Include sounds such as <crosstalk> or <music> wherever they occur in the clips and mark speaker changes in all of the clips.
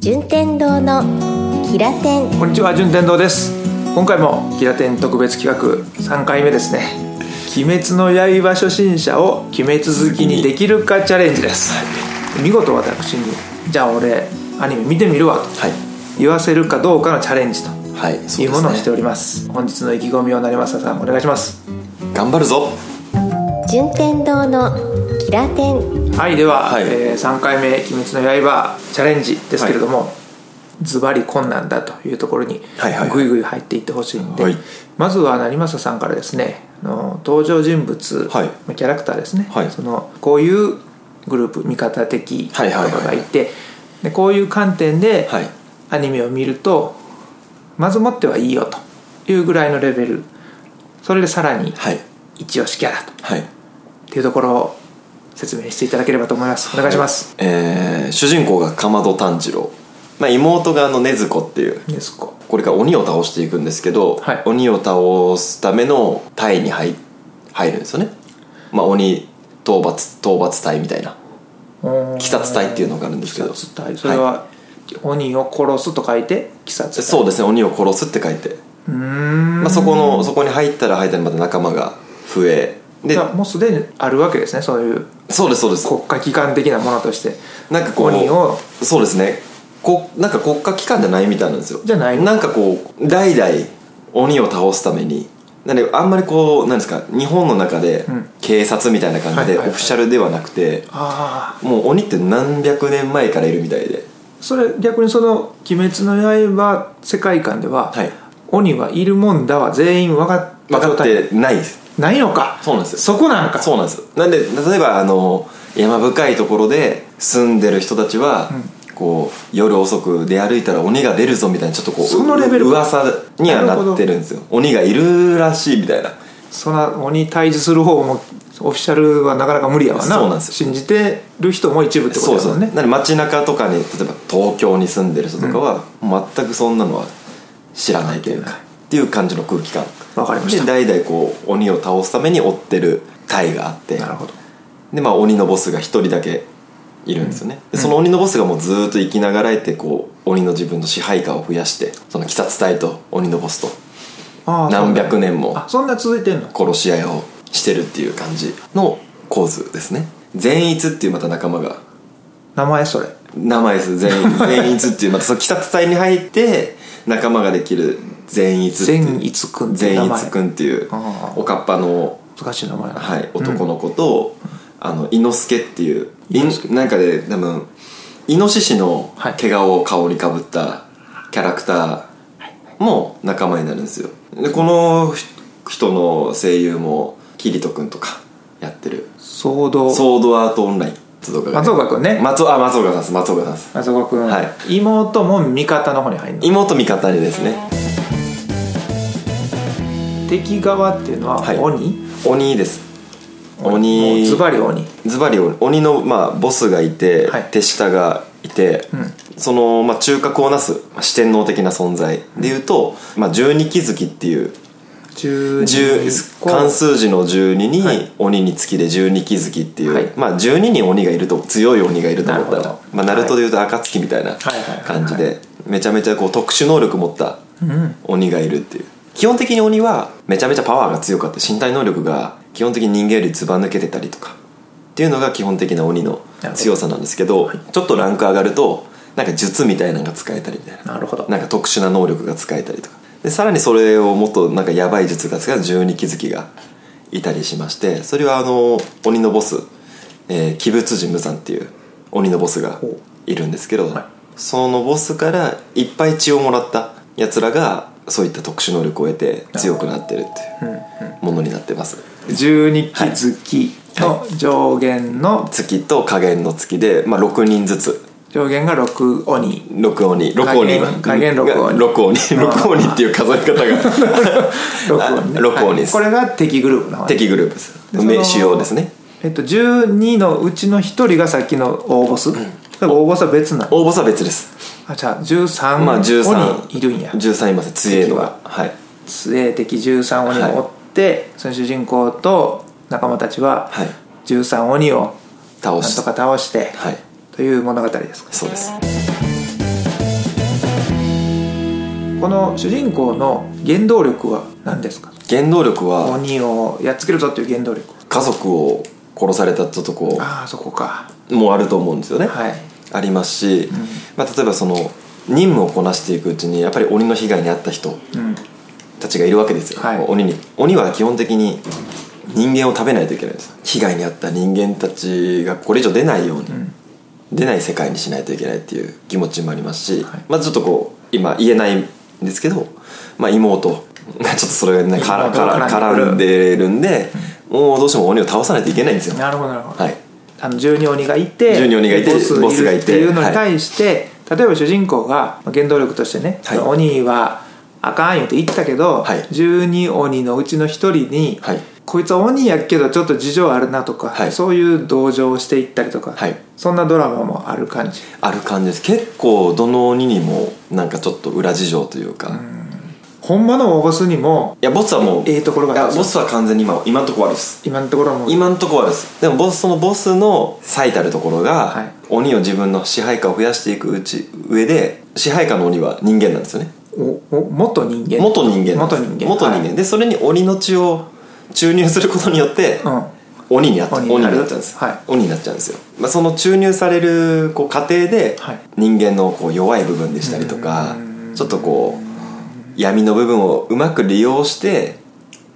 Speaker 1: 順天堂のキラテン
Speaker 2: こんにちは順天堂です今回もキラテン特別企画3回目ですね鬼滅の刃初心者を鬼滅好きにできるかチャレンジです見事私にじゃあ俺アニメ見てみるわと
Speaker 3: はい
Speaker 2: 言わせるかどうかのチャレンジと
Speaker 3: はい
Speaker 2: いうものをして
Speaker 3: ね、
Speaker 2: おります本日の意気込みを成政さんお願いします
Speaker 3: 頑張るぞ
Speaker 1: 順天堂のキラテン
Speaker 2: はいでは、
Speaker 3: はい
Speaker 2: え3回目「鬼滅の刃」チャレンジですけれども、ズバリ困難だというところに
Speaker 3: はいはいはい
Speaker 2: ぐいぐい入っていってほしいんで、
Speaker 3: はい
Speaker 2: まずは成政さんからですねあの登場人物、
Speaker 3: はい
Speaker 2: まあキャラクターですね、
Speaker 3: はい
Speaker 2: そのこういうグループ味方的とか
Speaker 3: はいはいはいはい
Speaker 2: がいてでこういう観点で
Speaker 3: はい
Speaker 2: アニメを見るとまずもってはいいよというぐらいのレベルそれでさらに
Speaker 3: はい
Speaker 2: 一押しキャラと
Speaker 3: はい
Speaker 2: っていうところを説明していただければと思いますお願いします、
Speaker 3: えー主人公がかまど炭治郎、まあ、妹があの禰豆子っていう
Speaker 2: ですか
Speaker 3: これから鬼を倒していくんですけど、
Speaker 2: はい
Speaker 3: 鬼を倒すための隊に入入るんですよねまあ鬼討伐討伐隊みたいな鬼殺隊っていうのがあるんですけど
Speaker 2: 鬼殺隊それは、鬼を殺すと書いて鬼殺隊
Speaker 3: そうですね鬼を殺すって書いてまあ、そこのそこに入ったら入ったらまた仲間が増えで
Speaker 2: じゃあもうすでにあるわけですねそういう
Speaker 3: そうですそうです
Speaker 2: 国家機関的なものとして
Speaker 3: なんかこう
Speaker 2: 鬼を
Speaker 3: そうですねこなんか国家機関じゃないみたいなんですよ
Speaker 2: じゃない
Speaker 3: なんかこう代々鬼を倒すためになんであんまりこうなんですか日本の中で
Speaker 2: ん
Speaker 3: 警察みたいな感じ
Speaker 2: はい
Speaker 3: で
Speaker 2: は
Speaker 3: オ
Speaker 2: いはい
Speaker 3: フィシャルではなくて
Speaker 2: ああ
Speaker 3: もう鬼って何百年前からいるみたいで
Speaker 2: それ逆にその「鬼滅の刃」世界観では、
Speaker 3: はい
Speaker 2: 鬼はいるもんだは全員分かっ
Speaker 3: 分
Speaker 2: た
Speaker 3: か
Speaker 2: 状
Speaker 3: っ
Speaker 2: 態
Speaker 3: てないです
Speaker 2: ないのか
Speaker 3: そうなんですよ
Speaker 2: そこなんか
Speaker 3: そうなんですなんで例えばあの山深いところで住んでる人たちは、こう夜遅く出歩いたら鬼が出るぞみたいなちょっとこう
Speaker 2: そのレベル
Speaker 3: 噂にはなってるんですよ鬼がいるらしいみたいな
Speaker 2: そんな鬼退治する方もオフィシャルはなかなか無理やわな
Speaker 3: そうなんですよ
Speaker 2: 信じてる人も一部ってこ
Speaker 3: そ
Speaker 2: と
Speaker 3: う
Speaker 2: だ
Speaker 3: そ
Speaker 2: も
Speaker 3: うんね
Speaker 2: ね
Speaker 3: なんで街中とかに例えば東京に住んでる人とかは、全くそんなのは知らないというかっていう感じの空気感
Speaker 2: わかりました
Speaker 3: で代々こう鬼を倒すために追ってる隊があって
Speaker 2: なるほど
Speaker 3: でまあ鬼のボスが一人だけいるんですよね、でその鬼のボスがもうずーっと生きながらえてこう鬼の自分の支配下を増やしてその鬼殺隊と鬼のボスと
Speaker 2: ああ
Speaker 3: 何百年も
Speaker 2: あそんな続いてんの
Speaker 3: 殺し合いをしてるっていう感じの構図ですね善逸っていうまた仲間が
Speaker 2: 名前それ
Speaker 3: 名前です
Speaker 2: <laughs>
Speaker 3: 善逸善逸っていうまたその鬼殺隊に入って仲間ができる善逸っていう
Speaker 2: 善逸くんっていう名
Speaker 3: 善
Speaker 2: 前
Speaker 3: 逸くんっていう
Speaker 2: あー
Speaker 3: おかっぱの
Speaker 2: 難しい名前
Speaker 3: はい、男の子と、あの伊之助っていうい
Speaker 2: 猪之
Speaker 3: なんかで多分イノシシの
Speaker 2: はい
Speaker 3: 毛皮を顔にかぶったキャラクターも仲間になるんですよでこの人の声優もキリト君とかやってる
Speaker 2: ソード
Speaker 3: ソードアートオンラインとかが
Speaker 2: 松岡君ね
Speaker 3: 松あ松岡さんです松岡さんです
Speaker 2: 松岡君、
Speaker 3: は
Speaker 2: 妹も味方の方に入るの
Speaker 3: 妹味方にですね
Speaker 2: 敵側っていうのは
Speaker 3: はい
Speaker 2: 鬼、
Speaker 3: 鬼です
Speaker 2: もう
Speaker 3: 鬼
Speaker 2: ズバリ鬼
Speaker 3: ズバリ鬼の、まあ、ボスがいて、
Speaker 2: はい
Speaker 3: 手下がいて、その、まあ、中核をなすまあ四天王的な存在でいうと、まあ、十二鬼月っていう十
Speaker 2: 12個
Speaker 3: 漢数字の12に、
Speaker 2: はい
Speaker 3: 鬼につきで十二鬼月っていう、
Speaker 2: はい
Speaker 3: まあ、12人鬼がいると強い鬼がいると思った
Speaker 2: なる
Speaker 3: ら
Speaker 2: ほど
Speaker 3: まあ、ナルトでいうと暁みたいな
Speaker 2: はいはいはいはい
Speaker 3: 感じでめちゃめちゃこう特殊能力持った鬼がいるっていう基本的に鬼はめちゃめちゃパワーが強かった身体能力が基本的に人間よりずば抜けてたりとかっていうのが基本的な鬼の強さなんですけどちょっとランク上がるとなんか術みたいなのが使えたりみたいな
Speaker 2: なるほど
Speaker 3: なんか特殊な能力が使えたりとかでさらにそれをもっとなんかやばい術が使う十二鬼月がいたりしましてそれはあの鬼のボス、えー、鬼仏神無惨っていう鬼のボスが
Speaker 2: ほ
Speaker 3: いるんですけど、
Speaker 2: はい
Speaker 3: そのボスからいっぱい血をもらったやつらがそういった特殊能力を得て強くなってるっていうものになってます。
Speaker 2: 十二鬼月の上限の
Speaker 3: 月と加減の月で、まあ、6人ずつ
Speaker 2: 上限が6鬼
Speaker 3: 録音に録音に
Speaker 2: 加減加減録音に
Speaker 3: 録音に録音にっていう数え方が
Speaker 2: 6鬼ね
Speaker 3: あ六鬼です
Speaker 2: はいこれが敵グループの方ね
Speaker 3: 敵グループです
Speaker 2: でその
Speaker 3: 主要ですね
Speaker 2: えっと12のうちの1人がさっきの大ボス、だから大ボスは別なの
Speaker 3: 応募さは別です
Speaker 2: あじゃあ13
Speaker 3: まあ13
Speaker 2: 鬼いるんや
Speaker 3: 13います強いのがはい
Speaker 2: 末敵13鬼を追って、その主人公と仲間たちは
Speaker 3: はい
Speaker 2: 13鬼を
Speaker 3: 倒
Speaker 2: なん
Speaker 3: し
Speaker 2: とか倒して
Speaker 3: はい
Speaker 2: という物語ですか
Speaker 3: そうです
Speaker 2: この主人公の原動力は何ですか
Speaker 3: 原動力は
Speaker 2: 鬼をやっつけるぞっていう原動力
Speaker 3: 家族を殺されたとこ
Speaker 2: ああそこか
Speaker 3: もあると思うんですよね、
Speaker 2: はい
Speaker 3: ありますし、まあ、例えばその任務をこなしていくうちにやっぱり鬼の被害に遭った人
Speaker 2: うん
Speaker 3: たちがいるわけですよ、
Speaker 2: はい
Speaker 3: 鬼に鬼は基本的に人間を食べないといけないんです被害に遭った人間たちがこれ以上出ないように、出ない世界にしないといけないっていう気持ちもありますし、
Speaker 2: はい
Speaker 3: まずちょっとこう今言えないんですけど、まあ、妹ちょっとそれがねからから絡んでるんで、もうどうしても鬼を倒さないといけないんですよ
Speaker 2: なるほどなるほど、
Speaker 3: はい
Speaker 2: あの十二鬼がいて
Speaker 3: 十二鬼がいて
Speaker 2: ボス
Speaker 3: ボスがいて
Speaker 2: っていうのに対して、例えば主人公がまあ原動力としてね、
Speaker 3: はい
Speaker 2: 鬼はあかんよって言ったけど、
Speaker 3: はい
Speaker 2: 十二鬼のうちの一人に、
Speaker 3: はい
Speaker 2: こいつは鬼やけどちょっと事情あるなとか、
Speaker 3: はい
Speaker 2: そういう同情をしていったりとか、
Speaker 3: はい
Speaker 2: そんなドラマもある感じ
Speaker 3: ある感じです結構どの鬼にもなんかちょっと裏事情というか、い
Speaker 2: ほんまの大ボスにも
Speaker 3: やボスはもう
Speaker 2: ええところが
Speaker 3: いやボスは完全に今今のところ悪いです
Speaker 2: 今のところも
Speaker 3: 今のところ悪いですでもボスそのボスの最たるところが、
Speaker 2: はい
Speaker 3: 鬼を自分の支配下を増やしていくうち上で支配下の鬼は人間なんですよね
Speaker 2: おお元人間
Speaker 3: 元人間なん
Speaker 2: 元
Speaker 3: です
Speaker 2: 人間
Speaker 3: 元人間、
Speaker 2: はい
Speaker 3: でそれに鬼の血を注入することによって、
Speaker 2: うん
Speaker 3: 鬼になっちゃう
Speaker 2: 鬼
Speaker 3: 鬼
Speaker 2: に
Speaker 3: に
Speaker 2: な
Speaker 3: な
Speaker 2: る
Speaker 3: っちゃうんです、
Speaker 2: はい
Speaker 3: 鬼になっちゃうんですよ、まあ、その注入されるこう過程で
Speaker 2: はい
Speaker 3: 人間のこう弱い部分でしたりとかちょっとこう闇の部分をうまく利用して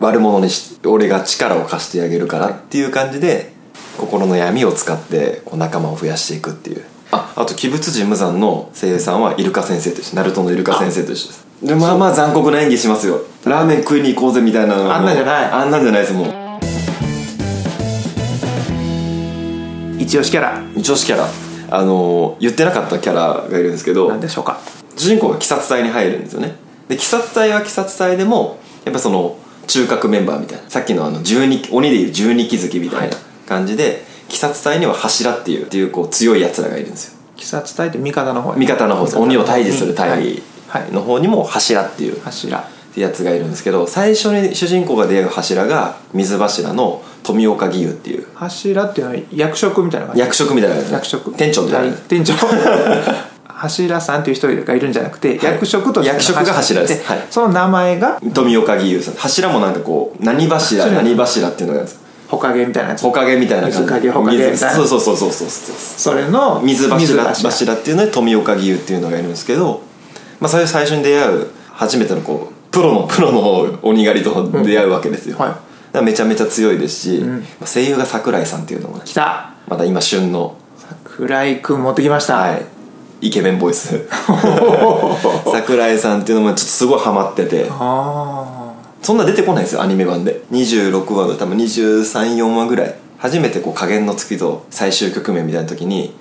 Speaker 3: 悪者にし俺が力を貸してあげるからっていう感じで心の闇を使ってこう仲間を増やしていくっていうああと鬼仏寺無惨の声優さんはイルカ先生と一緒ナルトのイルカ先生と一緒ですでまあまあ残酷な演技しますよラーメン食いに行こうぜみたいなのも
Speaker 2: あんなんじゃない
Speaker 3: あんなんじゃないですもう
Speaker 2: 一押しキャラ
Speaker 3: 女子キャラあの言ってなかったキャラがいるんですけど
Speaker 2: なんでしょうか
Speaker 3: 主人公が鬼殺隊に入るんですよねで鬼殺隊は鬼殺隊でもやっぱその中核メンバーみたいなさっきのあの12鬼でいう十二鬼月みたいな感じで、鬼殺隊には柱っていうっていうこう強いやつらがいるんですよ
Speaker 2: 鬼殺隊って味方の方や
Speaker 3: 味方の方です鬼を退治する隊
Speaker 2: はいはい
Speaker 3: の方にも柱っていう
Speaker 2: 柱
Speaker 3: やつがいるんですけど最初に主人公が出会う柱が水柱の富岡義勇っていう
Speaker 2: 柱っていうのは役職みたいな感じ
Speaker 3: 役職みたいな感じ
Speaker 2: 役職
Speaker 3: 店長みたいな
Speaker 2: 店長 <laughs> 柱さんっていう人がいるんじゃなくて、
Speaker 3: はい
Speaker 2: 役職としての
Speaker 3: 役職が柱ですはい
Speaker 2: その名前が
Speaker 3: 富岡義勇さん柱もなんかこう何柱
Speaker 2: 柱
Speaker 3: 何柱っていうのがあるんです
Speaker 2: ほかげみたいなやつ
Speaker 3: 木陰みたいな感じ
Speaker 2: 水陰ほかげみたいな
Speaker 3: 水そうそうそうそうそうそう
Speaker 2: それの
Speaker 3: 水柱
Speaker 2: 水柱
Speaker 3: 柱っていうので富岡義勇っていうのがいるんですけど、まあ、最初最初に出会う初めてのこうプロのプロの鬼狩りと出会うわけですよ、
Speaker 2: うんはい
Speaker 3: だからめちゃめちゃ強いですし、まあ声優が桜井さんっていうのもね
Speaker 2: 来た
Speaker 3: また今旬の
Speaker 2: 桜井君持ってきました、
Speaker 3: はいイケメンボ
Speaker 2: <laughs>
Speaker 3: イス桜井さんっていうのもちょっとすごいハマってて
Speaker 2: あ
Speaker 3: そんな出てこないですよアニメ版で26話の多分234話ぐらい初めてこう加減の月と最終局面みたいな時に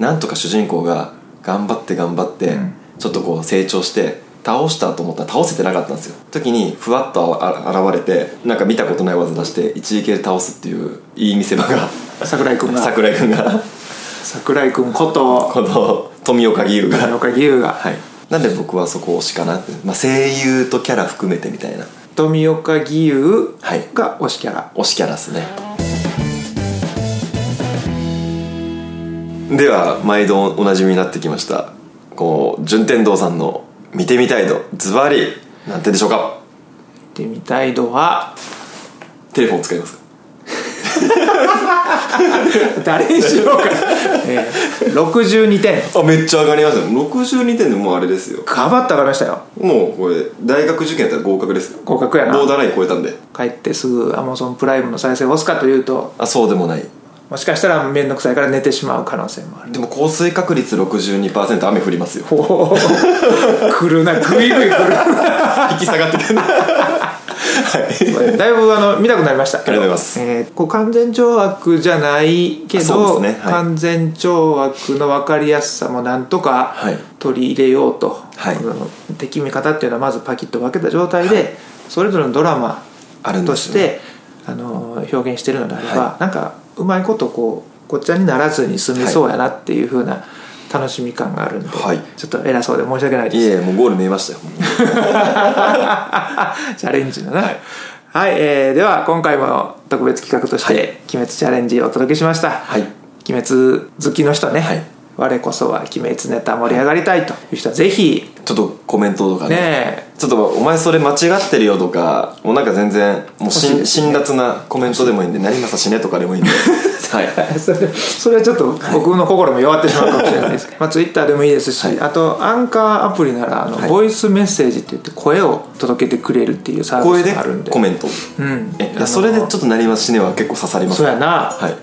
Speaker 3: なんとか主人公が頑張って頑張って、ちょっとこう成長して倒したと思ったら倒せてなかったんですよ時にふわっとああ現れてなんか見たことない技出して一撃で倒すっていういい見せ場が
Speaker 2: あ桜井君が
Speaker 3: 桜井君が
Speaker 2: 桜井君こと
Speaker 3: この富岡義勇が
Speaker 2: 富岡義勇が、
Speaker 3: はいなんで僕はそこ推しかなって、まあ、声優とキャラ含めてみたいな
Speaker 2: 富岡義勇
Speaker 3: はい
Speaker 2: が推しキャラ、
Speaker 3: 推しキャラですねでは毎度おなじみになってきましたこう順天堂さんの見てみたい度ズバリなんてでしょうか
Speaker 2: 行ってみたい度は
Speaker 3: テレフォン使いますか
Speaker 2: 誰にし
Speaker 3: <laughs>
Speaker 2: ようか、えー、62点
Speaker 3: あめっちゃ上がりましたね62点でもうあれですよ
Speaker 2: かばった上がりましたよ
Speaker 3: もうこれ大学受験やったら合格ですよ
Speaker 2: 合格やな
Speaker 3: ボーダーライン超えたんで
Speaker 2: 帰ってすぐ Amazon プライムの再生を押すかというと
Speaker 3: あそうでもない
Speaker 2: もしかしたら面倒くさいから寝てしまう可能性もある
Speaker 3: でも降水確率62%雨降り <laughs> ますよ
Speaker 2: おー <laughs> 来るなグイグイ来
Speaker 3: 引き下がってくる <laughs> はい
Speaker 2: る <laughs> だいぶあの見たくなりましたあり
Speaker 3: がとうございます
Speaker 2: えーこう完全懲悪じゃないけ
Speaker 3: あそ
Speaker 2: ど、
Speaker 3: うですねはい
Speaker 2: 完全懲悪の分かりやすさもなんとか
Speaker 3: はい
Speaker 2: 取り入れようと、
Speaker 3: はい
Speaker 2: この敵味方っていうのはまずパキッと分けた状態で、それぞれのドラマ
Speaker 3: あるん
Speaker 2: と
Speaker 3: で
Speaker 2: し
Speaker 3: す
Speaker 2: て
Speaker 3: よね
Speaker 2: あの表現してるのであれば、
Speaker 3: は
Speaker 2: なんかうまいことこうごっちゃにならずに済みそうやなっていう風な楽しみ感があるんで、
Speaker 3: はい
Speaker 2: ちょっと偉そうで申し訳ないです
Speaker 3: いえもうゴール見えましたよ
Speaker 2: <laughs> チャレンジだな。はい、えーでは今回も特別企画として、
Speaker 3: はい
Speaker 2: 鬼滅チャレンジをお届けしました。
Speaker 3: はい
Speaker 2: 鬼滅好きの人ね、
Speaker 3: はい
Speaker 2: 我こそは鬼滅ネタ盛り上がりたいという人はぜひ
Speaker 3: ちょっとコメントとかね
Speaker 2: ね
Speaker 3: ちょっとお前それ間違ってるよとかもうなんか全然もうしん
Speaker 2: 欲しい
Speaker 3: 辛辣なコメントでもいいんで「成政死ね」とかでもいいんで <laughs> はい
Speaker 2: えそれ <laughs> それはちょっと僕の心も弱ってしまうかもしれないですけど、まあ、ツイッターでもいいですし、
Speaker 3: はい
Speaker 2: あとアンカーアプリならあの、
Speaker 3: はい
Speaker 2: ボイスメッセージって言って声を届けてくれるっていうサー
Speaker 3: 声
Speaker 2: ビ
Speaker 3: で
Speaker 2: スがあるんで
Speaker 3: コメント
Speaker 2: うん
Speaker 3: えいやそれでちょっと「成政死ね」は結構刺さります
Speaker 2: そうやな、
Speaker 3: はい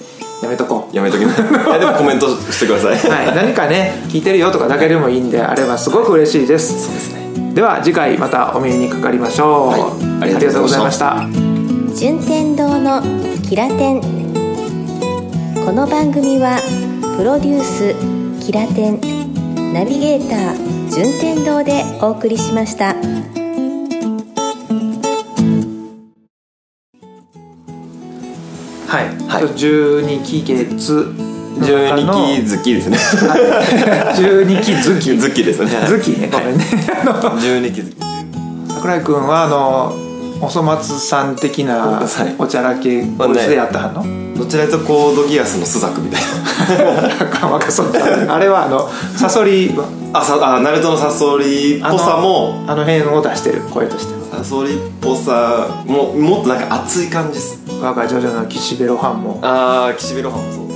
Speaker 2: やめとこう
Speaker 3: やめとき <laughs> ますいやでもコメントしてください
Speaker 2: はい、何かね聞いてるよとかだけでもいいんであればすごく嬉しいですそうですねでは次回またお耳にかかりましょう、
Speaker 3: はい
Speaker 2: ありがとうございました
Speaker 1: 順天堂のキラテンこの番組はプロデュースキラテンナビゲーター順天堂でお送りしました。
Speaker 2: はい、
Speaker 3: はい
Speaker 2: 12期月の中の
Speaker 3: 12期月ですね
Speaker 2: 12期月
Speaker 3: 月ですね
Speaker 2: 月ねごめんね、あの
Speaker 3: 12期月
Speaker 2: 桜井君はあのおそ松さん的な
Speaker 3: はい
Speaker 2: おちゃらけ
Speaker 3: まあ
Speaker 2: こ
Speaker 3: ね
Speaker 2: いつでやったはんの、
Speaker 3: どちらかというとコードギアスのスザクみたい
Speaker 2: 若そうだあれはあのサソリっ
Speaker 3: なあさあナルトのサソリっぽさも
Speaker 2: あの辺を出してる声として
Speaker 3: サソリっぽさももっとなんか熱い感じです
Speaker 2: 我がジョジョの岸辺露伴も
Speaker 3: ああ岸辺露伴もそう